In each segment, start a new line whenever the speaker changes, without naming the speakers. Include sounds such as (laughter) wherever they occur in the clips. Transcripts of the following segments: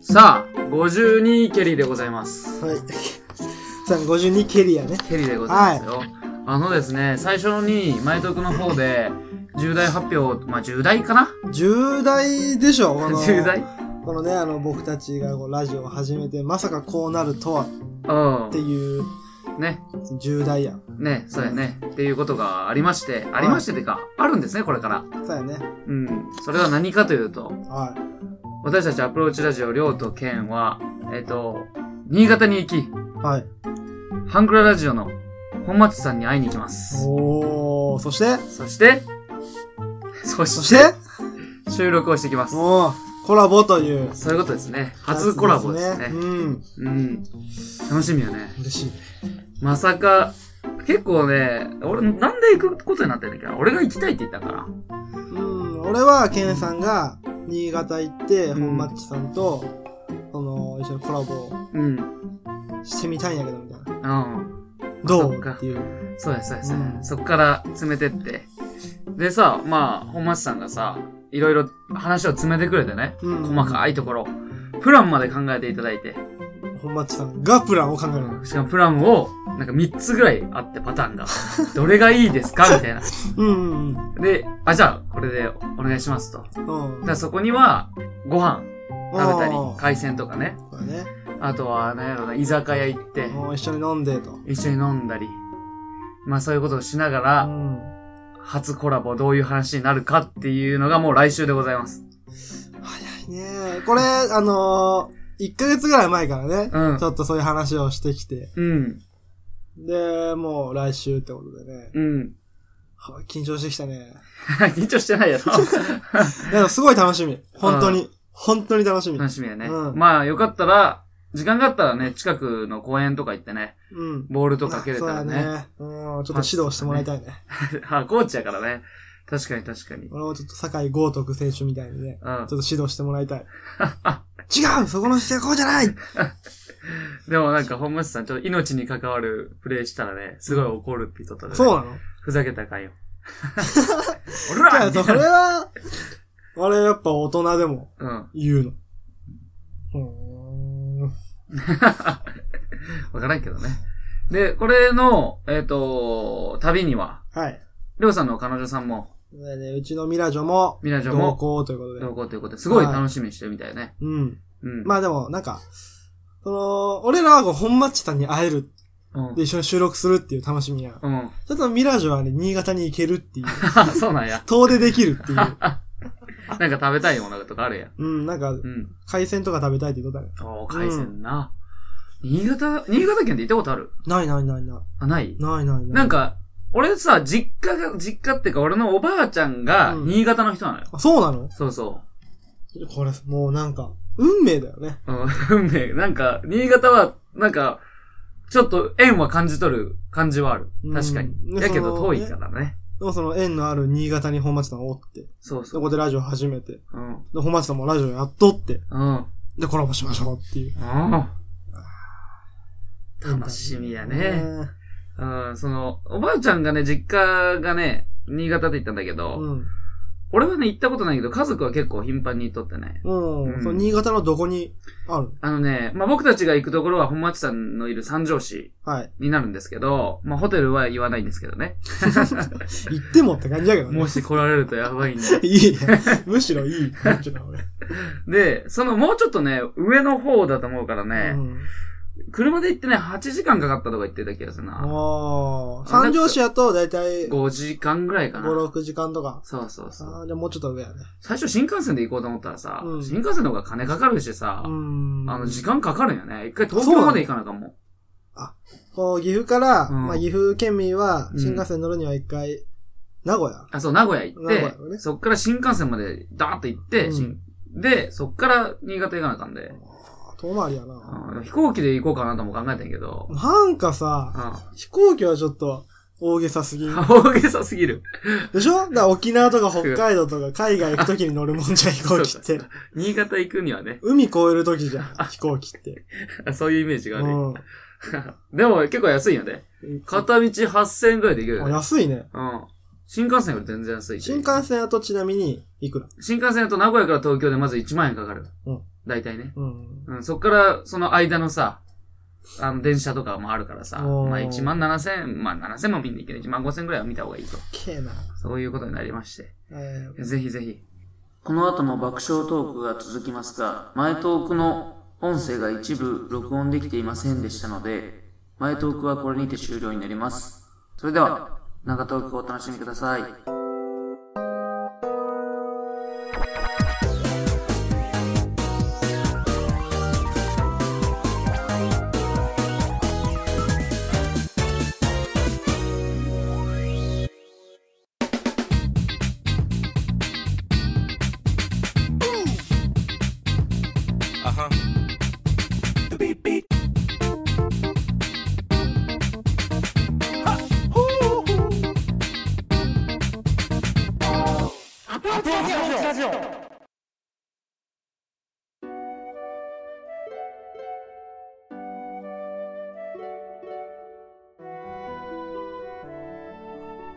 さあ、52ケリーでございます。
はい。352ケリアね。
ケリーでございますよ。あのですね、最初に、前徳の方で、重大発表、まあ、重大かな
重大でしょこの、
(laughs) 重大
このね、あの、僕たちがこうラジオを始めて、まさかこうなるとはって
う
いう、
ん。ね、
重大やん。
ね、そうやね。っていうことがありまして、ありましててか、あるんですね、これから。
そうやね。
うん。それは何かというと、
はい。
私たちアプローチラジオ、りょうとけんは、えっ、と、新潟に行き、
はい。
ハンクララジオの本町さんに会いに行きます。
おー、そして、
そして、そ
そ
し、
して
(laughs)
て、
収録をしてきます。
もう、コラボという。
そういうことですね。初コラボですね。
うん。
うん。楽しみよね。
嬉しい。
まさか、結構ね、俺、なんで行くことになってるんだっけど、俺が行きたいって言ったから。
うん、俺は、ケンさんが、新潟行って、
うん
本マッチさんと、その、一緒にコラボ
うん。
してみたいんやけど、みたいな。
うん。
ど
そっ
う
か
っていう。
そうや、そうや、そうや。
うん
そっから詰めてって。でさ、まあ、本町さんがさ、いろいろ話を詰めてくれてね。
うん
細かいところ。プランまで考えていただいて。
本マッチさんがプランを考えるの。
しかもプランを、なんか3つぐらいあってパターンが。どれがいいですかみたいな。
うんうん
で、あ、じゃあ、これでお願いしますと。
うん。うん
だからそこには、ご飯食べたり
うん、
海鮮とかね。
そうだね。
あとは、なんやろな、居酒屋行って、
もう一緒に飲んでと。
一緒に飲んだり。まあそういうことをしなが
う
ら、
ん。
初コラボどういう話になるかっていうのがもう来週でございます。
早いね。これ、あのー、1ヶ月ぐらい前からね、
うん
ち。ょっとそういう話をしてきて。
うん。
で、もう来週ってことでね。
うん。 (laughs)
は緊張してきたね。
緊張してないやろ。
でもすごい楽しみ。本当に。本当に楽しみ。
楽しみやね。
うん
まあよかったら、時間があったらね、近くの公園とか行ってね、
うん。
ボールとか蹴れたら
そう
ね。
だね。うん、ちょっと指導してもらいたいね。
(laughs) あ、コーチやからね。確かに確かに。
俺もちょっと酒井豪徳選手みたいにね、
うん
ち。ょっと指導してもらい (laughs) たい。違うそこの姿勢はこうじゃ (laughs) ない
でもなんか、本町さん、ちょっと命に関わるプレイしたらね、すごい怒るって言っとったね。
そうなの
ふざけたらあか
(laughs)
んよ。お
じゃ
ら
あ、それは、あれやっぱ大人でも
うん。
言うの。うーん。
わからんけどね。で、これの、えっ、と、旅には、
はい。
りょうさんの彼女さんも、
でね、うちのミラジョも、
ミラジョ
同
も、
行ということで
同。行ということで、すごい楽しみにしてるみたいね。
うん。
うん。
まあでも、なんか、その、俺らはこう本マッチさんに会える、
うん
で一緒に収録するっていう楽しみや。ち
うん。 (laughs)
ょっとミラジョはね、新潟に行けるっていう、
そうなんや。
遠出できるってい
(laughs)
う。
なんか食べたいものとかあるやん。
うん、なんか、
うん。
海鮮とか食べたいって言うとったね。
おー、海鮮な。新潟、新潟県で行ったことある
ないないないな
あ、ない
い。ないないない。
なん、か、俺さ、実家が、実家っていうか、俺のおばあちゃんが、
うん
新潟の人なのよ。
あ、そうなの
そうそ
これ、もうなんか、運命だよね。
う。うん、運 (laughs) 命。なんか、新潟は、なんか、ちょっと縁は感じ取る感じはある。確かに
うん。
やけど
そ
遠
の
いからね。
でもその縁のある新潟に本町さんおって、
そうそ。
そうこでラジオ始めて、で、
うん。うん。
本町さんもラジオやっとって、
うん。
で、コラボしましょうっていう。
楽しみやね。うん、その、おばあちゃんがね、実家がね、新潟で行ったんだけ
う
ど、
ん。
俺はね、行ったことないけど、家族は結構頻繁に行っとってね。
うん。
うん
その新潟のどこにある
あのね、まあ、僕たちが行くところは本町さんのいる三条市 (laughs)
はい。
になるんですけど、まあ、ホテルは言わないんですけどね。
行ってもって感じやけどね。
もし来られるとやばいんで。
(laughs) いいね。むしろいい。こっちの
(laughs)
方が
で、そのもうちょっとね、上の方だと思うから
う
ね、
ん。
車で行ってね、8時間かかったとか言ってた気がするな。
ああ。三条市やとだいたい5、
5時間ぐらいかな。
6時間とか。
そうそうそう。
ああ、じゃあもうちょっと上やね。
最初新幹線で行こうと思ったらさ、
うん
新幹線の方が金かかるしさ、
うん。
あの、時間かかるんよね。一回東京まで行かなあかんもん。
こう、岐阜から、
うん
まあ、岐阜県民は
う、ん
新幹線乗るには一回、名古屋。
あ、そう、名古屋行っ
名古
て
屋の、ね
そっから新幹線までダーッと行って、
うん
新で、そっから新潟行かなあかんで、
遠回りやな。
うん飛行機で行こうかなとも考えたんやけど、
なんかさ、
う
飛行機はちょっと大げさすぎん
ん。。大げさすぎる。
でしょだから沖縄とか北海道とか海外行くときに乗るもんじゃん、飛行機っ
そう (laughs)
て
か。新潟行くにはね、
海越えるときじゃん、飛行機って。
そういうイメージがあ
う
る。
ん。
(laughs) でも結構安いよね。片道8000円くらいで行けるよ
あ
ね。
安いね。
うん。新幹線より全然安い。
新幹線だとちなみに、いくら
新幹線だと名古屋から東京でまず1万円かかる。
うん
大体ね。
うん。
うん、そっから、その間のさ、あの、電車とかもあるからさ、
おー
まあ1万7千、まあ7千も見に行けど、1万5千ぐらいは見た方がいいと。
けえな。
そういうことになりまして。
え
ぜひぜひ。この後も爆笑トークが続きますが、前トークの音声が一部録音できていませんでしたので、前トークはこれにて終了になります。それでは、長トークをお楽しみください。
Uh-huh. Beep beep. Radio.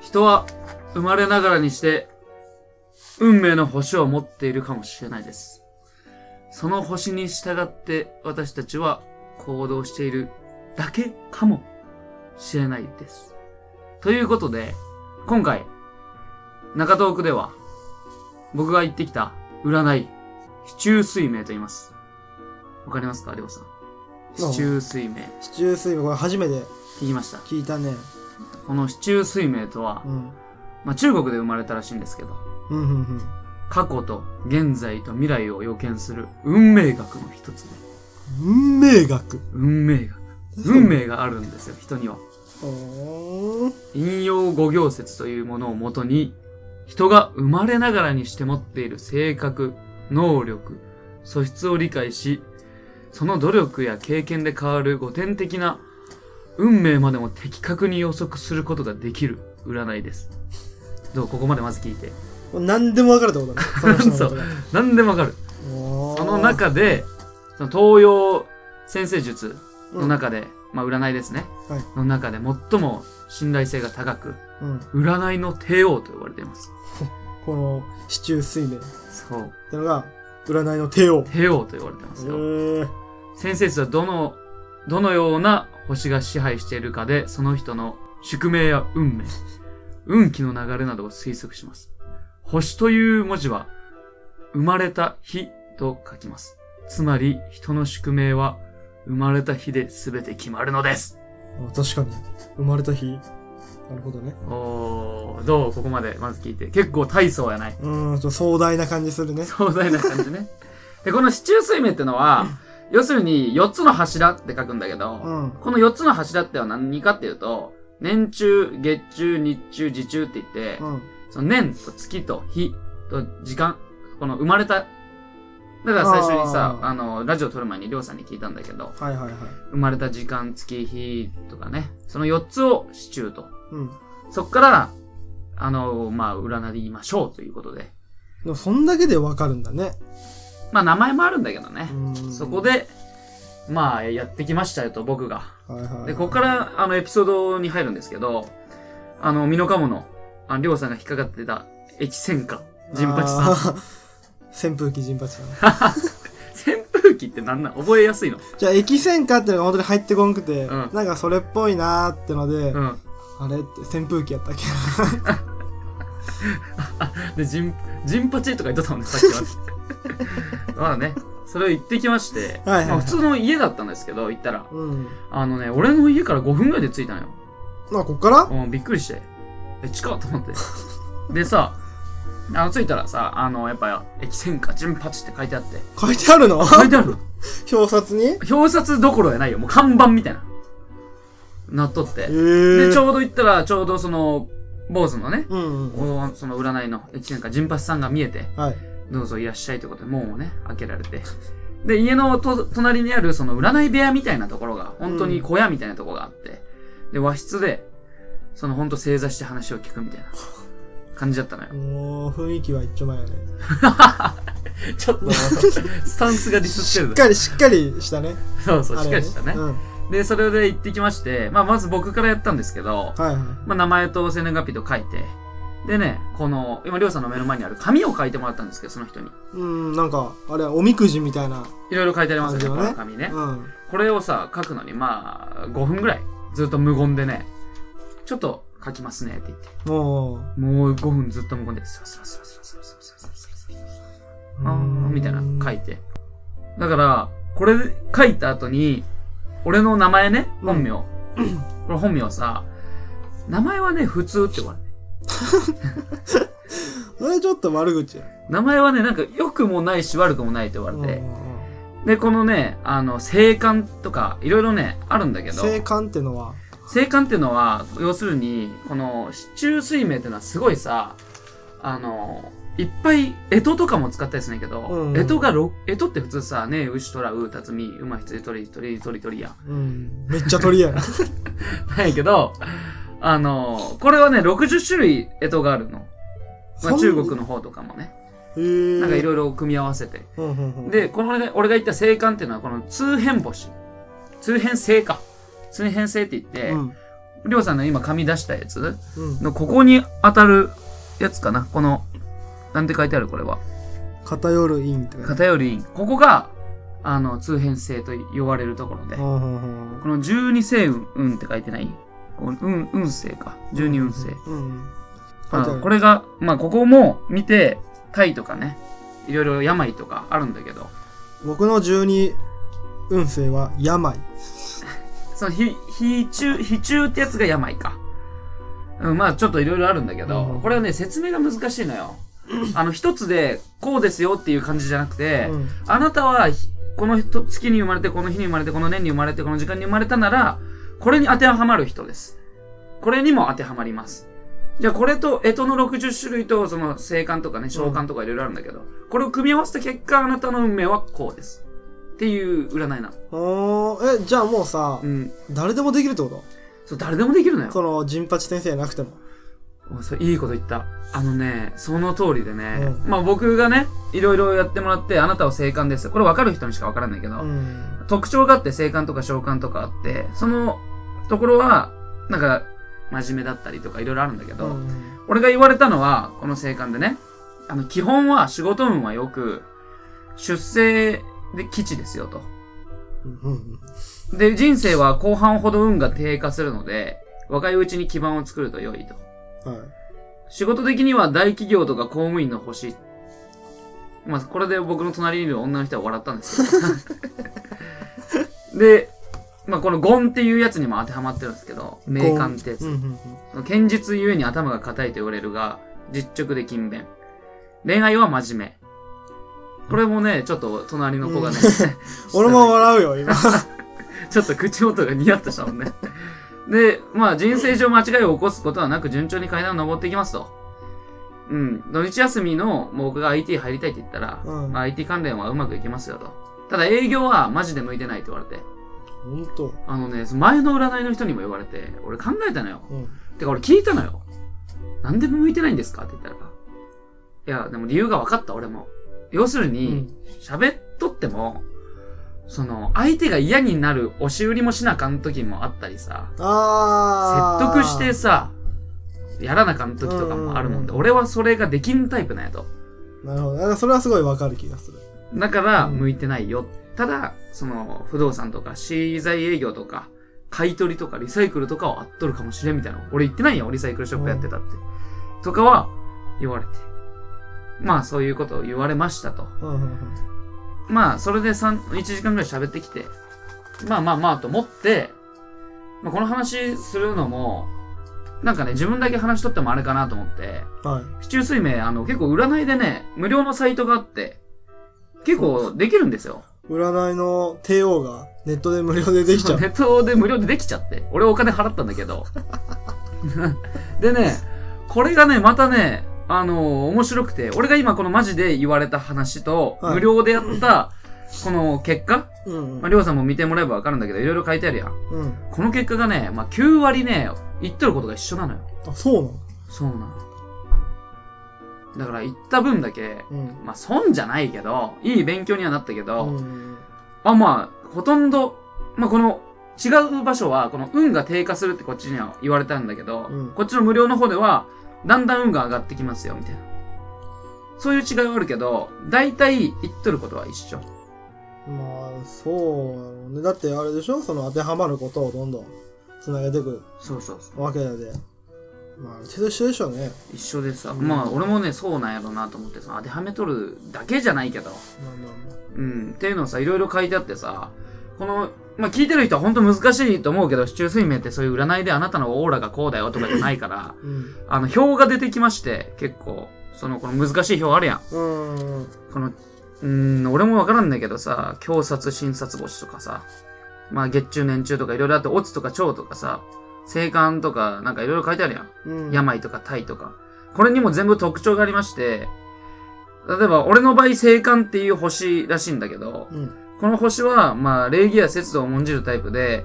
人は生まれながらにして、運命の星を持っているかもしれないです。その星に従って私たちは行動しているだけかもしれないです。ということで、今回、中東区では、僕が行ってきた占い、市中水明と言います。わかりますかりょうさん。市中水明。
ー、シチュー水分、これ初めて
聞きました。
聞いたね。
この市中水明とは
う、ん。
まあ、中国で生まれたらしいんですけど、
うん、うん、うん。
過去と現在と未来を予見する運命学の一つで、
運命学。
運命学。運命があるんですよ、人には。
おー。
引用五行説というものをもとに、人が生まれながらにして持っている性格、能力、素質を理解し、その努力や経験で変わる五点的な運命までも的確に予測することができる占いです。どうここまでまず聞いて。
もう何でも分かるってことだね。その人の
(laughs)
ことが。
何でもわかる。
おー
その中で、その東洋先生術の中で、まあ占いですね、
はい
の中で最も信頼性が高く、
うん。うん
占いの帝王と呼ばれています。
この、シチュー水明っ
そう。
てのが、占いの帝王。へ
帝王と呼ばれてますよ。
ー。
先生術はどの、どのような星が支配しているかで、その人の宿命や運命、運気の流れなどを推測します。星という文字は、生まれた日と書きます。つまり、人の宿命は、生まれた日で全て決まるのです。
あ確かに。生まれた日。なるほどね。
おー、どうここまで、まず聞いて。結構大層やない。
うーん、ちょっと壮大な感じするね。
壮大な感じね。で、この四柱水明ってのは、要するに4つの柱って書くんだけど、
うん。
この4つの柱ってのは何かっていうと、年中、月中、日中、時中って言って、
うん。
その年と月と日と時間、この生まれた、だから最初にさ、
あー
あの、ラジオ撮る前にりょうさんに聞いたんだけど、
はいはいはい。
生まれた時間、月、日とかね、その4つを支柱と。
うん。
そっから、あの、まあ、占いましょうということで。
でも、そんだけで分かるんだね。
まあ、名前もあるんだけどね。
うん。
そこ。で、まあ、やってきましたよと、僕が。
はいはい。
で、ここから、あの、エピソードに入るんですけど、あの、ミノカモの、あの、りょうさんが引っかかってた、駅戦火、ジンパチさん。
さん。扇風機ジンパチ
(laughs)
さん。
扇風機ってなんなん覚えや
(laughs)
すいの。
じゃあ、駅戦火ってのが本当に入ってこんくて、
うん
なんかそれっぽいなーってので、
うん。
あれって扇風機やったっけ
(laughs) で、ジン、ジンパチとか言ってたもんね、さっき
(laughs)
は。まあね、それを言ってきまして、
はいはいはい
まあ普通の家だったんですけど、行ったら。
うん。
あのね、俺の家から5分ぐらいで着いたのよ。
まあ、こっから
うん、びっくりして。え、近っと思って。でさ、あの、着いたらさ、あの、やっぱ、駅戦火、ジンパチって書いてあって。
書いてあるの
書いてあるの
表札にえ
表札どころやないよ。もう看板みたいな。なっとって。
ー
で、ちょうど行ったら、ちょうどその、坊主のね、
うんうん。
おその占いの、一年間、ジンパチさんが見えて、
はい。
どうぞいらっしゃいということで、門をね、開けられて。で、家のと隣にある、その占い部屋みたいなところが、本当に小屋みたいなところがあって、で、和室で、その本当正座して話を聞くみたいな感じだった
(laughs)
のよ。
もう、雰囲気は一丁前やね。
ちょっと、スタンスがディス
しっ
ってる。
かり、しっかりしたね。
そうそう、しっかりした
あ
ね
れ。うん。
で、それで行ってきまして、まあ、まず僕からやったんですけど、
はいはい。
まあ、名前と生年月日と書いて、でね、この、今、りょうさんの目の前にある紙を書いてもらったんですけど、その人に。
うん、なんか、あれ、おみくじみたいな。
いろいろ書いてありますよね、
そう
こ
だね
の紙ね。
うん。
これをさ、書くのに、まあ、5分ぐらい、ずっと無言でね、ちょっと書きますねって言って。
もう、
もう5分ずっと無言で、スラスラスラスラスラスラスラスラスラスラあーみたいな書いて。だから、これ書いた後に、俺の名前ね、
うん
本名。これ本名さ、名前はね、普通って言われる。
それちょっと悪口や。
名前はね、なんか良くもないし悪くもないって言われ
うん
て。で、このね、あの、生還とか、いろいろね、あるんだけど、
性感ってのは、
生還っていうのは、要するに、この、市中水明っていうのはすごいさ、あの、いっぱい、干支とかも使ったりするんだけど、
うん
干支がろ、干支って普通さ、ね、牛、虎、う、辰巳、馬、羊、鳥、鳥、鳥、鳥やん。
うん、めっちゃ鳥
(laughs)
やな。
なんやけど、あの、これはね、60種類干支があるの。まあ、中国
の。
の方とかもね。
へー
なんかいろいろ組み合わせて。
うんうんうん
で、この俺が俺が言った星間っていうのは、この通変星。通変星か。通変星って言って、
うん。
りょうさんの今紙出したやつ
うん。
のここに当たるやつかな。この、なんて書いてあるこれは。
偏る陰って書いて
偏り院。ここが、あの、通変星と呼ばれるところで
ある。。うんうんうん
この十二星雲、運って書いてないこう運、運星か。十二運星。
うん。
あ
書いてある
これが、まあ、ここも見て、タイとかね、いろいろ病とかあるんだけど、
僕の12運勢は病。
その、ひ、ひ中、ひ中ってやつが病か。うん、まあ、ちょっといろいろあるんだけど、
うん
これはね、説明が難しいのよ。あの、一つで、こうですよっていう感じじゃなくて、
うん
あなたは、ひこの人月に生まれて、この日に生まれて、この年に生まれて、この時間に生まれたなら、これに当てはまる人です。これにも当てはまります。じゃあ、これと、干支の60種類と、その、生還とかね、召喚とかいろいろあるんだけど、これを組み合わせた結果、あなたの運命はこうです。っていう占いなの。
おーえ、じゃあもうさ
う、ん。
誰でもできるってこと
そう、誰でもできるのよ。
その、陣八先生なくても。
おそういいこと言った。あのね、その通りでね、
う
まあ僕がね、いろいろやってもらって、あなたは生還です。これ分かる人にしか分からないけど、
うん。
特徴があって、生還とか召喚とかあって、そのところは、なんか、真面目だったりとかいろいろあるんだけど、
うん
俺が言われたのは、この生還でね、あの、基本は仕事運はよく、出生で基地ですよと。
うん。
で、人生は後半ほど運が低下するので、若いうちに基盤を作ると良いと。
はい。
仕事的には大企業とか公務員の星。まあ、これで僕の隣にいる女の人は笑ったんですけど。で、まあ、このゴンっていうやつにも当てはまってるんですけど、名官ってや
う
つ。
んうんうん
堅実ゆえに頭が硬いと言われるが、実直で勤勉。恋愛は真面目。これもね、ちょっと隣の子がね、 (laughs)
俺も笑うよ、今。
ちょっと口元がニヤッとしたもんね。 (laughs) で、まあ人生上間違いを起こすことはなく順調に階段を登っていきますと。うん。土日休みの、もう僕が IT 入りたいって言ったら、
うん
まあ IT 関連はうまくいきますよと。ただ営業はマジで向いてないって言われて。
ほんと。
あのね、その前の占いの人にも言われて、俺考えたのよ。
うん。
てか俺聞いたのよ。なんで向いてないんですかって言ったら。いや、でも理由が分かった俺も。要する
う
に、
ん
喋っとっても、その、相手が嫌になる押し売りもしなあかん時もあったりさ、
あ
説
ー。
得してさ、やらなあかん時とかもあるもんで、
うん
俺はそれができんタイプなんやと。
なるほど。あそれはすごいわかる気がする。
だから、
うん
向いてないよ。ただ、その、不動産とか、資材営業とか、買い取りとか、リサイクルとかをあっとるかもしれんみたいな。俺言ってないよ、リサイクルショップやってたって。とかは、言われて。まあ、そういうことを言われましたと。
うんうんうん。
まあ、それで三1時間ぐらい喋ってきて、まあまあまあと思って、まあ、この話するのも、なんかね、自分だけ話しとってもあれかなと思って、
はい。
市中水明、あの、結構占いでね、無料のサイトがあって、結構できるんですよ。
占いの帝王がネットで無料でできちゃう。
ネットで無料でできちゃって。俺お金払ったんだけど。 (laughs) でね、これがね、またね、あの面白くて、俺が今このマジで言われた話と、
はい
無料でやった、この結果、
うん
まあ、
うん。
りょうさんも見てもらえばわかるんだけど、いろいろ書いてあるやん。
うん。
この結果がね、まあ、9割ね、言っとることが一緒なのよ。
あ、そうなの
そうなの。だから、言った分だけ、
うん。
まあ、損じゃないけど、いい勉強にはなったけど、
うん
あ、まあ、ほとんど、まあ、この、違う場所は、この運が低下するってこっちには言われたんだけど、
うん
こっちの無料の方では、だんだん運が上がってきますよ、みたいな。そういう違いはあるけど、大体言っとることは一緒。
まあ、そうやろうね。だってあれでしょその当てはまることをどんどん繋げていく
そうそうそう。
わけやで。まあ、ある程度一緒でしょうね。
一緒でさ、
うん
まあ俺もね、そうなんやろなと思ってさ、当てはめとるだけじゃないけど、
まあまあまあ。
うん、っていうのをさ、いろいろ書いてあってさ、この、まあ聞いてる人は本当難しいと思うけど、市中水明ってそういう占いであなたのオーラがこうだよとかじゃないから、
うん。
あの、表が出てきまして、結構、その、この難しい表あるやん。
うん。
この、うーん、俺もわからんだけどさ、強殺、診察星とかさ、まあ月中年中とかいろいろあって、オツとか腸とかさ、生還とかなんかいろいろ書いてあるやん。
うん。
病とか体とか。これにも全部特徴がありまして、例えば俺の場合、星間っていう星らしいんだけど、
うん。
この星は、まあ、礼儀や節度を重んじるタイプで、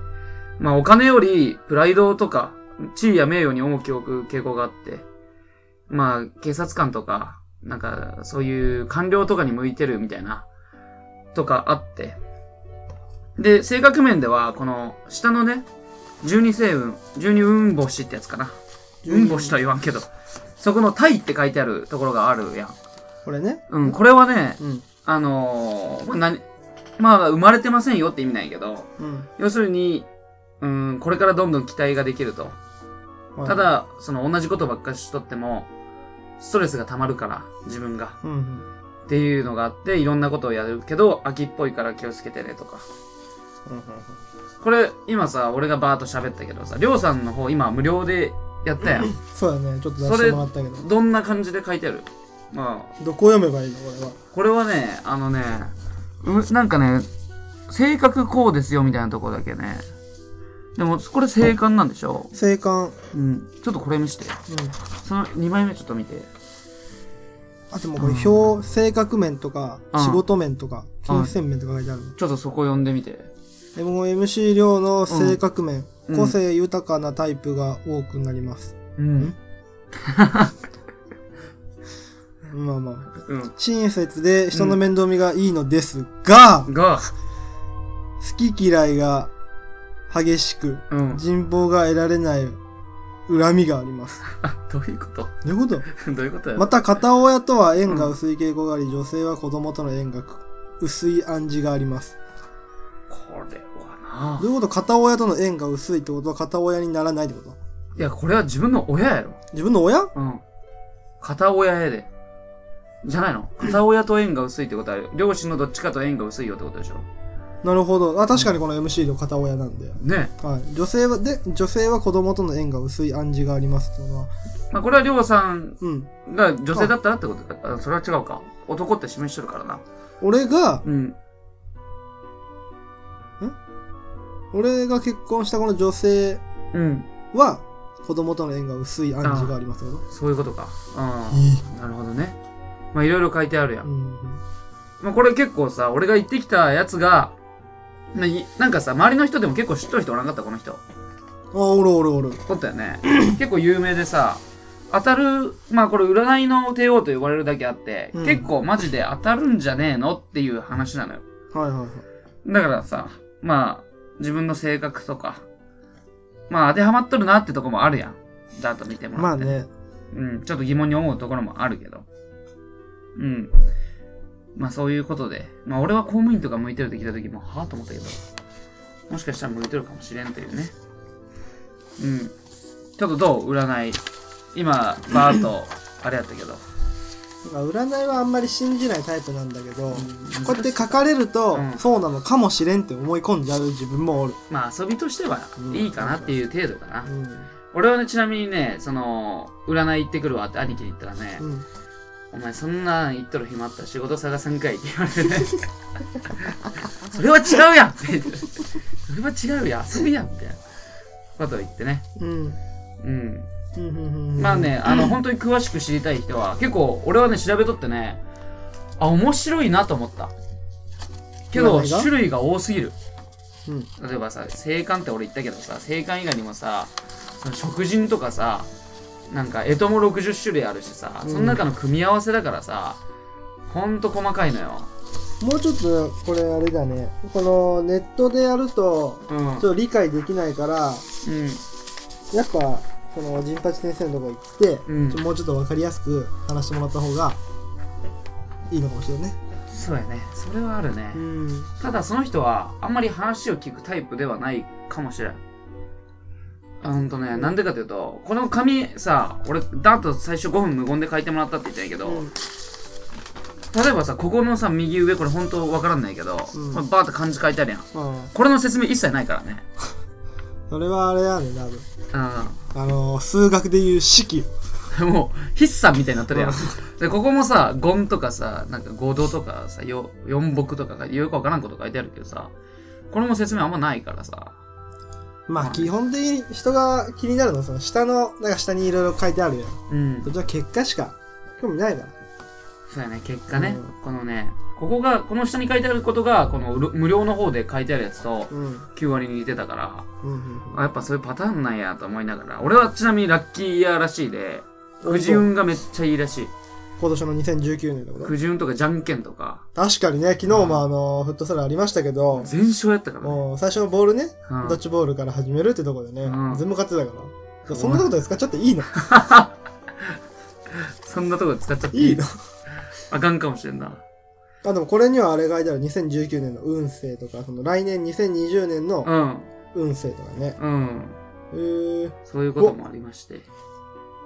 まあ、お金よりプライドとか、地位や名誉に重きを置く傾向があって、まあ、警察官とか、なんか、そういう官僚とかに向いてるみたいな、とかあって。で、性格面では、この、下のね、十二星雲、十二雲星ってやつかな。雲星とは言わんけど、そこのタイって書いてあるところがあるやん。
これね。
うん、これはね、
うん。
あのー、まあ、何、まあ、生まれてませんよって意味ないけど、
うん。
要するに、うん、これからどんどん期待ができると。
はい
た、だ、その同じことばっかりしとっても、ストレスが溜まるから、自分が。
うんうん。
っていうのがあって、いろんなことをやるけど、秋っぽいから気をつけてねとか。
うんうん
これ、今さ、俺がバーっと喋ったけどさ、りょうさんの方、今無料でやったやん。
(laughs) そうやね。ちょっと出してもらったけど。
どんな感じで書いてあるまあ、
どこ読めばいいのこれは。
これはね、あのね、うなんかね、性格こうですよみたいなとこだけね。でも、これ性感なんでしょ
生還。うん。
うん。ちょっとこれ見して。その2枚目ちょっと見て。
あともうこれ表、性格面とか
う、ん
仕事面とか、
うん
金銭面とか書いてあるの。
ちょっとそこ読んでみて。
でも MC 量の性格面、
うん
個性豊かなタイプが多くなります。
うん。
まあまあ。
うん。
親切で人の面倒見がいいのですが、
が、
好き嫌いが激しく、
うん。
人望が得られない恨みがあります。
あ、どういうこと (laughs)
どういうこと
どういうことや
また片親とは縁が薄い傾向があり、女性は子供との縁が薄い暗示があります。
これはな
どういうこと片親との縁が薄いってことは片親にならないってこと
いや、これは自分の親やろ。
自分の親
うん。片親やで。じゃないの片親と縁が薄いってことは、両親のどっちかと縁が薄いよってことでしょ
なるほど。あ、確かにこの MC の片親なんで。
ね
はい。女性は、で、女性は子供との縁が薄い暗示がありますってことは。
え。まあ、これはりょうさん
うん。
が女性だったらってことだあそれは違うか男って示してるからな
俺が、
うん
俺が結婚したこの女性
うん
は、子供との縁が薄い暗示がありますってこと
そういうことか
いい。
うんなるほどねまあいろいろ書いてあるやん、
うん。
まあ、これ結構さ俺が言ってきたやつがないなんかさ周りの人でも結構知っとる人おらんかったこの人
あ、おるおるおる。
おったよ (clears throat) ね結構有名でさ当たるまあこれ占いの帝王と呼ばれるだけあって、
うん
結構マジで当たるんじゃねえのっていう話なのよ
はいはいはい。
だからさ、まあ、自分の性格とか、まあ当てはまっとるなってとこもあるやん。ざっと見ても
ま
ら
あ
って。
ね。
うん、ちょっと疑問に思うところもあるけど。うん。まあそういうことで、まあ俺は公務員とか向いてるって聞いた時も、はぁと思ったけど、もしかしたら向いてるかもしれんというね。うん。ちょっとどう占い。今、バーっと、あれやったけど。
なんか占いはあんまり信じないタイプなんだけど、こうやって
難しい
書かれると、
うん
そうなのかもしれんって思い込んじゃう自分もおる。
まあ遊びとしてはいいかなっていう程度かな。
うん。
俺はね、ちなみにね、その、占い行ってくるわって兄貴に言ったらね、
うん。
お前そんなん言っとる暇あったら仕事探さんかいって言われてね、 (laughs) それは違うやんって言って、それは違うやん、遊びやんみたいなことを言ってね。
うん。
うん。
うんうんうん
まあ。ね、あの、本当に詳しく知りたい人は、結構俺はね、調べとってね、あ、面白いなと思った。けど、
占いが
種類が多すぎる。
うん。
例えばさ生還って俺言ったけどさ生還以外にもさその食人とかさなんか干支も60種類あるしさ、
うん
その中の組み合わせだからさほんと細かいのよ
もうちょっと、これあれだね。このネットでやると、
うん、
ちょっと理解できないから、
うん、
やっぱ、この陣八先生のとこ行って、
うん
ちょもうちょっと分かりやすく話してもらった方がいいのかもしれないね
そうやねそれはあるね、
うん
ただその人はあんまり話を聞くタイプではないかもしれんあほんとねなんでかというとこの紙さ俺ダート最初5分無言で書いてもらったって言ったんやけど、
うん
例えばさここのさ右上これ本当わからんないけど、
うん
これバーって漢字書いてあるやん
うん
これの説明一切ないからね
それはあれやね多分
うん
あのー数学でいう式
もう筆算みたいになってるやん
う
でここもさ「ゴン」とかさなんか「合同」とかさ「よ四木」とかがよくわからんこと書いてあるけどさこれも説明あんまないからさう
まあ
ん
基本的に人が気になるのはその下のなんか下にいろいろ書いてあるやん
うん
そっちは結果しか興味ないから
そうやね結果ね、
う
このねここがこの下に書いてあることがこの無無料の方で書いてあるやつと
うんうん
9割に似てたから
うん
あやっぱそういうパターンなんやと思いながら俺はちなみにラッキーイヤーらしいでくじ運がめっちゃいいらしい
今年の2019年だこと
くじ運とかじゃんけんとか
確かにね昨日もあのーフットサルありましたけど
全勝やったからね、
もう最初のボールね
うん
ドッジボールから始めるってとこでね、
うん
全部勝ってたから。そんなことで使っちゃっていいの
そんなとこで使っちゃって
いいの
あかんかもしれんな
あ、でもこれにはあれが書いてある2019年の運勢とか、その来年2020年の
うん
運勢とかね。
うん
えー、
そういうこともありまして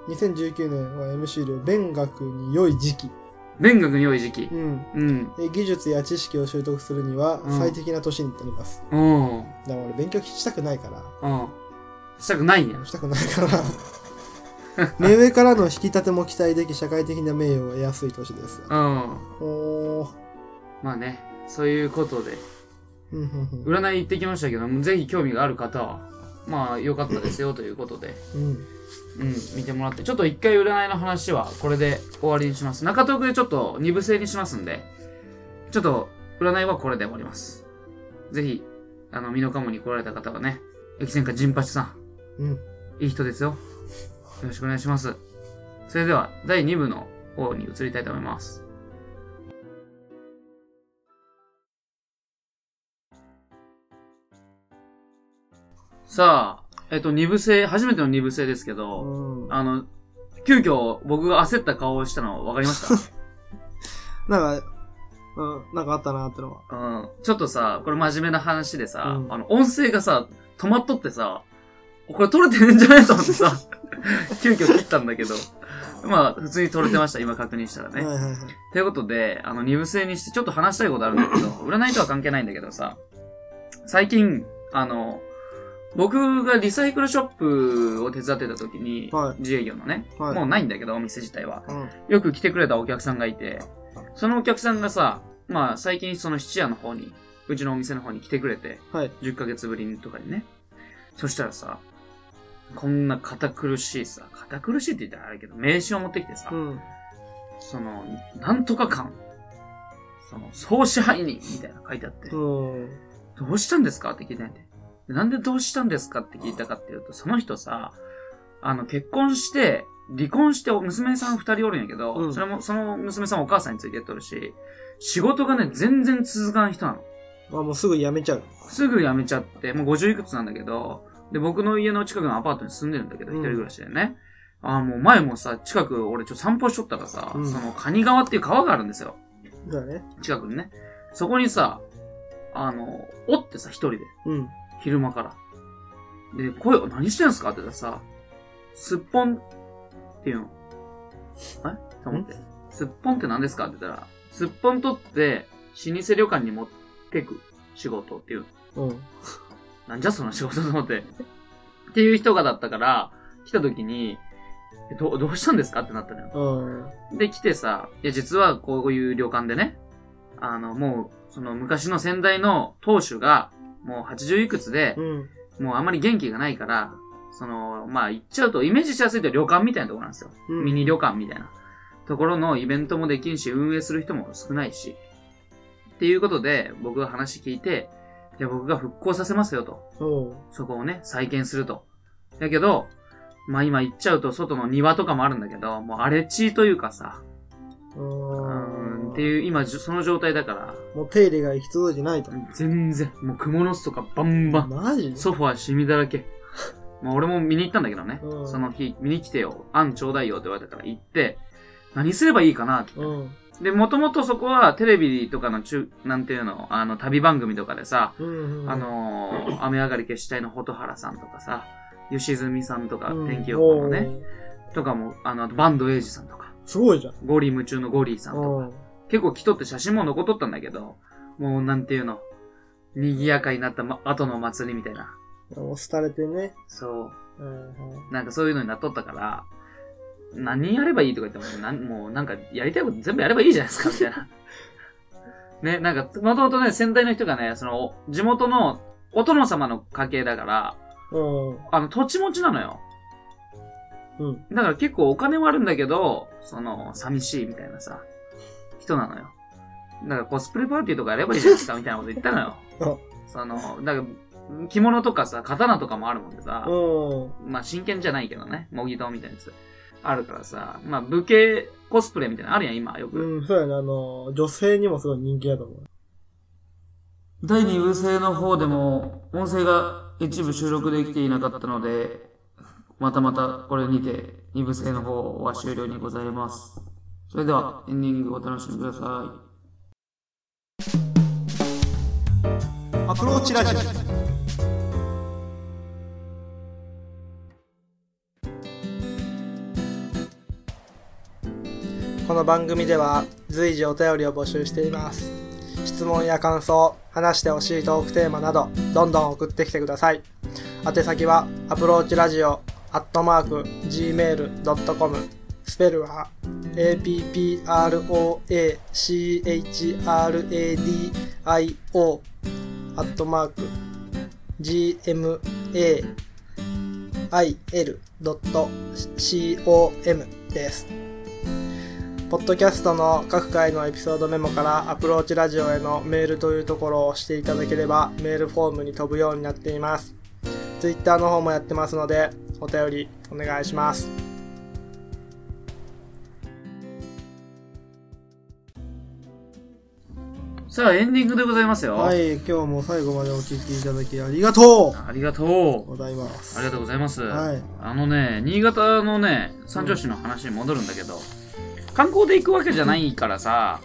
2019年は MC 量、勉学に良い時期。
勉学に良い時期
うん。
うん
え技術や知識を習得するには
うん
最適な年になります。
うんうん
だから俺勉強したくないから。
したくないんや
したくないから。目上から (laughs) の引き立ても期待でき、社会的な名誉を得やすい年です。
うん
おー。
まあねそういうことで
うんうん
占い行ってきましたけどもぜひ興味がある方はまあ良かったですよということで
うん。うん。
うん見てもらってちょっと一回占いの話はこれで終わりにします中東区でちょっと二部制にしますんでちょっと占いはこれで終わりますぜひあの美濃鴨に来られた方はね駅戦家陣八さん
うん。
いい人ですよ。よろしくお願いします。それでは、第2部の方に移りたいと思います。さあ、えっと、2部制、初めての2部制ですけど、
うん
あの、急遽僕が焦った顔をしたの分かりまし
なんか、うん、なんかあったなってのは。 (laughs)
た、うん、ちょっとさ、これ真面目な話でさ、
うん
あの、音声がさ、止まっとってさ、これ撮れてるんじゃないと思って
(laughs)
さ、急遽切ったんだけど。まあ、普通に撮れてました、今確認したら
はい
ね。
はいはい。
ということで、あの、二部制にしてちょっと話したいことあるんだ
(laughs)
けど、占いとは関係ないんだけどさ、最近、あの、僕がリサイクルショップを手伝ってた時に、
はい
自営業のね、
はい
もうないんだけど、お店自体は。
うん。
よく来てくれたお客さんがいて、そのお客さんがさ、まあ、最近その質屋の方に、うちのお店の方に来てくれて、
はい。
10ヶ月ぶりにとかにね。そしたらさ、こんな堅苦しいさ、堅苦しいって言ったらあれだけど、名刺を持ってきてさ、
うん。
その、なんとか感、その、総支配人みたいなの書いてあって、
うん。
どうしたんですかって聞いたんやて。でなんでどうしたんですかって聞いたかっていうと、その人さ、あの、結婚して、離婚して娘さん二人おるんやけど、
うん
それも、その娘さんお母さんについてやっとるし、仕事がね、全然続かん人なの。
あ、もうすぐ辞めちゃう。
すぐ辞めちゃって、もう50いくつなんだけど、で、僕の家の近くのアパートに住んでるんだけど、
うん
一人暮らしでね。ああ、もう前もさ、近く俺ちょっと散歩しとったらさ、
うん
その蟹川っていう川があるんですよ。
だね。
近くにね。そこにさ、あの、おってさ、一人で。
うん。
昼間から。で、声を何してんすかって言ったらさ、すっぽんっていうの。えと思って。すっぽんって何ですかって言ったら、すっぽん取って、老舗旅館に持ってく仕事っていうの
うん。
なんじゃその仕事と思って。っていう人がだったから、来た時に、えどどうしたんですかってなったのよ。
うん。
で、来てさ、いや、実はこういう旅館でね、あの、もう、その昔の先代の当主が、もう80いくつで
う、ん。
もうあまり元気がないから、その、まあ、行っちゃうと、イメージしやすいと旅館みたいなところなんですよ。
うん
ミニ旅館みたいなところのイベントもできんし、運営する人も少ないし。っていうことで、僕が話聞いて、じゃあ僕が復興させますよと。
おう。
そこをね、再建すると。だけど、まあ今行っちゃうと外の庭とかもあるんだけど、もう荒れ地というかさ、うーん、って
う。
いう今じゅその状態だから、
もう手入れが行き届いてないと。
全然、もう蜘蛛の巣とかバンバン、
マジ
ソファーシミだらけ。まあ、俺も見に行ったんだけどね、
うん
その日、見に来てよ、案ちょうだいよって言われたから行って、何すればいいかなって。
うん。
で、もともとそこはテレビとかの中、なんていうの、あの、旅番組とかでさ、
うん。
あ、のー雨上がり決死隊の蛍原さんとかさ、吉住さんとか、
うん
天気予報のね、。とかも、あの、あとバンドエイジさんとか、
おーすごいじゃん。
ゴリ夢中のゴリーさんとか、
うん。
結構来とって写真も残っとったんだけど、もうなんていうの、賑やかになった、ま、後の祭りみたいな。
押されてね。
そ
うんうん。
う。なんかそういうのになっとったから、何やればいいとか言っても、なんもうなんかやりたいこと全部やればいいじゃないですか、みたい
(laughs)
な。ね、なんか、もともとね、先代の人がね、その、地元のお殿様の家系だから、
うん。
あの、土地持ちなのよ。
うん。
だから結構お金はあるんだけど、その、寂しいみたいなさ、人なのよ。だからコスプレパーティーとかやればいいじゃないですか、みたいなこと言ったの
(laughs)
よ。その、だから、着物とかさ、刀とかもあるもんでさ、
うん。
まあ真剣じゃないけどね、模擬刀みたいなやつ。あるからさ、まあ武家コスプレみたいなのあるやん、今、よく。
うん、そうやね。あの、女性にもすごい人気やと思う。
第2部制の方でも、音声が一部収録できていなかったので、またまたこれにて、2部制の方は終了にございます。それでは、エンディングお楽しみください。
アプローチラジオ
この番組では随時お便りを募集しています。質問や感想、話してほしいトークテーマなど、どんどん送ってきてください。宛先は、アプローチラジオ、アットマーク、gmail.com、スペルは、approachradio、アットマーク、gmail.com です。ポッドキャストの各回のエピソードメモからアプローチラジオへのメールというところを押していただければメールフォームに飛ぶようになっています。ツイッターの方もやってますのでお便りお願いします。
さあ、エンディングでございますよ。
はい、今日も最後までお聞きいただきありがと
ありがと
う
う。
ございます。
ありがとうございます。
はい
あのね、新潟のね、三条市の話に戻るんだけど、観光で行くわけじゃないからさ、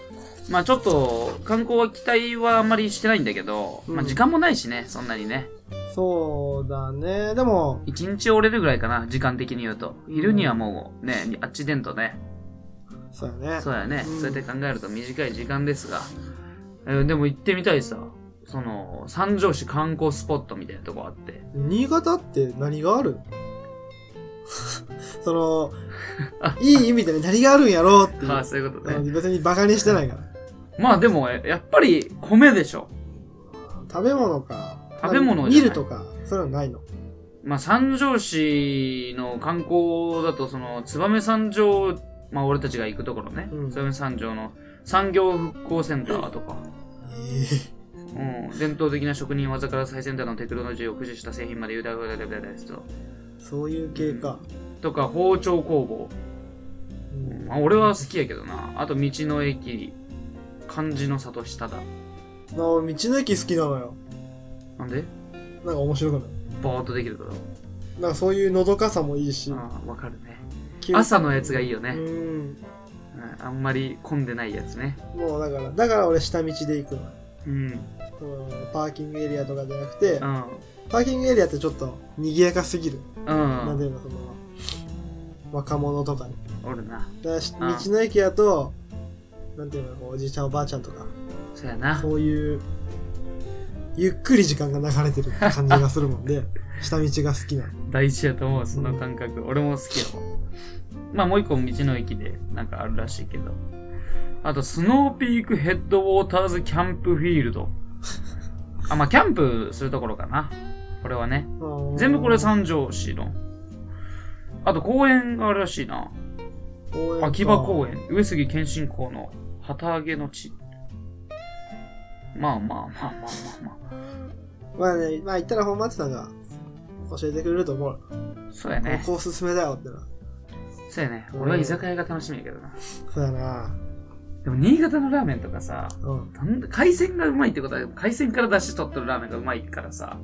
まあちょっと観光は期待はあんまりしてないんだけど、
うん
まあ時間もないしね、そんなにね。
そうだね。でも、
一日折れるぐらいかな、時間的に言うと。昼にはもうね、あっち出んとね、
そうやね。
そうやね、
うん
そうやって考えると短い時間ですが、えーでも行ってみたいさ、その、三条市観光スポットみたいなとこあって、
新潟って何がある (laughs) その、いい意味でね、何があるんやろうってい
ああ、
う。
そういうこと
あの
ね。
別にバカにしてないから。
まあでも、えやっぱり米でしょ。
食べ物か。
食べ物じゃな
見
い
るとか、そういうのないの。
まあ、三条市の観光だと、その、燕三条、まあ、俺たちが行くところね、
うん
燕三条の産業復興センターとか、うん、伝統的な職人技から最先端のテクノロジーを駆使した製品まで豊かでですと、
そういう系か。
とか、包丁工
う
房、
ん
まあ、俺は好きやけどな、あと、道の駅、漢字の里下だ。
なお道の駅好きなのよ。
なんで
なんか面白くない
ぼーっとできるから。
なんかそういうのどかさもいいし。
ああ、わかるね。
急
朝のやつがいいよ
う
ね。
ん。
うんあんまり混んでないやつね。
もうだから、だから俺下道で行くの。
うん。
うんパーキングエリアとかじゃなくて
う、ん。
パーキングエリアってちょっと賑やかすぎる。
う
なん
ん
て。いうの、その、若者とかに。
おるな。
だからし道
うん
の駅やと、なんていうの、こうおじいちゃんおばあちゃんとか、
そうやな。
そういう、ゆっくり時間が流れてる感じがするもん
(laughs)
で、下道が好きなの。
大事やと思う、その感覚。俺も好きやもん。まあもう一個も道の駅でなんかあるらしいけど。あと、スノーピークヘッドウォーターズキャンプフィールド。あ、まあキャンプするところかな。これはね。全部これ三条市の。あと公園があるらしいな。
公園か
秋葉公園、上杉謙信公の旗揚げの地。まあまあまあまあまあまあ。
まあね、まあ行ったら本町さんが教えてくれると思う。
そうやね。
ここおすすめだよってな。
そうやね。俺は居酒屋が楽しみやけどな。
そうやな。
でも新潟のラーメンとかさ、
うん。
なんだ海鮮がうまいってことは、海鮮から出汁取ってるラーメンがうまいからさ、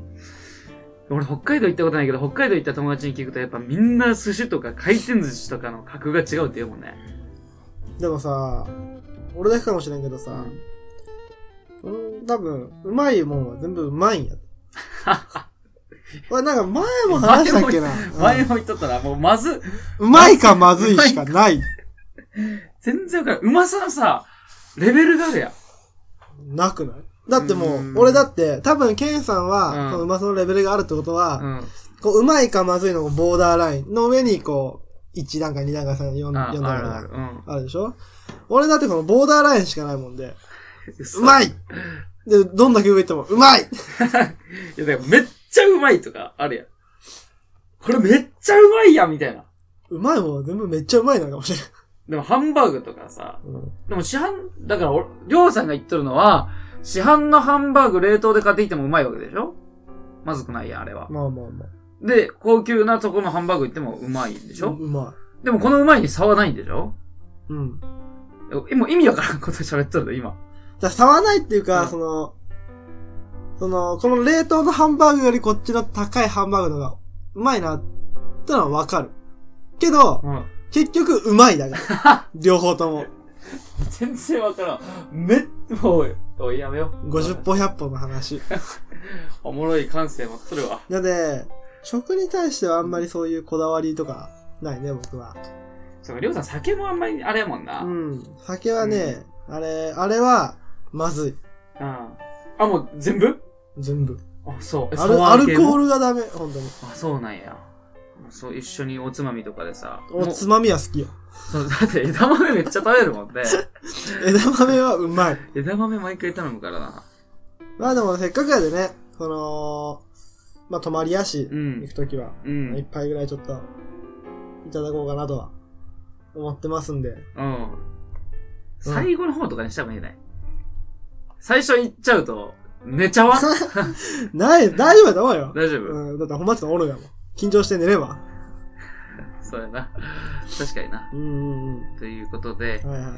俺北海道行ったことないけど、北海道行った友達に聞くとやっぱみんな寿司とか回転寿司とかの格が違うって言うもんね。
でもさ、俺だけかもしれんけどさ、うん、多分、うまいもんは全部う
(laughs)
まいんや。俺なんか前も話したっけな。
前
うん
も言っとったらもうまず、
うまいかまずいしかない。
全然わからん。うまさのさ、レベルがあるやん。
なくないだっても
うん
う、俺だって、多分、ケンさんは、
うん
このうまさのレベルがあるってことは、
うん。
こう、うまいかまずいのボーダーラインの上に、こう、1段階、2段階、3、4
あ
段階、
あるあ
あ
る
る。。
うん。
あるでしょ俺だってこのボーダーラインしかないもんで、う
嘘
まいで、どんだけ上行っても、うまい
いや、だからめっちゃうまいとかあるやん。これめっちゃうまいやんみたいな。
うまいもんは全部めっちゃうまいなのかもしれない。
でもハンバーグとかさ、
うん
でも市販、だから俺、りょうさんが言っとるのは、市販のハンバーグ冷凍で買ってきてもうまいわけでしょまずくないやん、あれは。
まあまあまあ。
で、高級なとこのハンバーグ行ってもうまいんで
で
しょ
うま
でもこのうまいに差はないんでしょ
い。うん。だ
えもう意味わからんこと喋っとるの、今。
から差はないっていうか、
うん
その、その、この冷凍のハンバーグよりこっちの高いハンバーグの方が、うまいな、ってのはわかる。けど、
うん。
結局、うま
(laughs)
いだから。両方とも。
全然わからん。めっ、もう、おいやめよう。
50歩100歩の話。
おもろい感性持っとるわ。
なので、食に対してはあんまりそういうこだわりとか、ないね、僕は。
そうか、りょうさん酒もあんまりあれやもんな。
う
うん。
ん。酒はね、あれ、あれは、まずい。
あ、もう全部
全部。
あ、そう。
アルアルコー
ル。
ルがダメ、本当に。
あ、そうなんや。そう、一緒におつまみとかでさ。
お
もう
つまみは
(laughs)
好きよ。
そうだって枝豆めっちゃ食べるもんね。
枝豆はうまい。
枝豆毎回頼むからな。
まあでもせっかくやでね、その、まあ泊まりやし
う、
行
ん。
くときは、
う
一
ん。
杯ぐらいちょっと、いただこうかなとは、思ってますんで。
うん。最後の方とかにした方がいいね。最初行っちゃうと、寝ちゃわん
ない、大丈夫やと思うよ。
大丈夫、
うん、だって本町さんおるやもん。緊張して寝れば。
そうやな。確かにな。
うんうんうん。
ということで、
はいはい。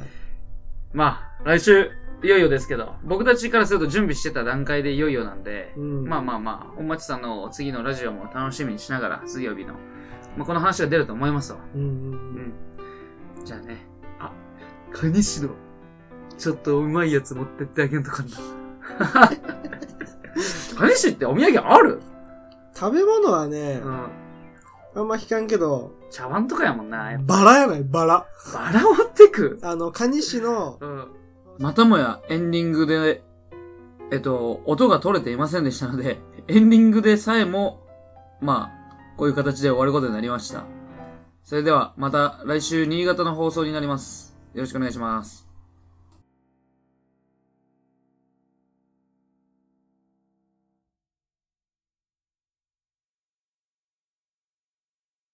まあ、来週、いよいよですけど、僕たちからすると準備してた段階でいよいよなんで、
うん。
まあまあまあ、本町さんの次のラジオも楽しみにしながら、水曜日の、まあ、この話が出ると思いますわ。
うんう
うんん。じゃあね。あ、蟹市の、ちょっとうまいやつ持ってってあげんと (laughs) かな。蟹市ってお土産ある
食べ物はね、
うん。
あんま聞かんけど、
茶碗とかやもんな。やっ
バラやない、バラ。
ぱバラ持ってく。
あの、蟹市の、
うん。またもやエンディングで、えっと、音が取れていませんでしたので、エンディングでさえも、まあ、こういう形で終わることになりました。それでは、また来週新潟の放送になります。よろしくお願いします。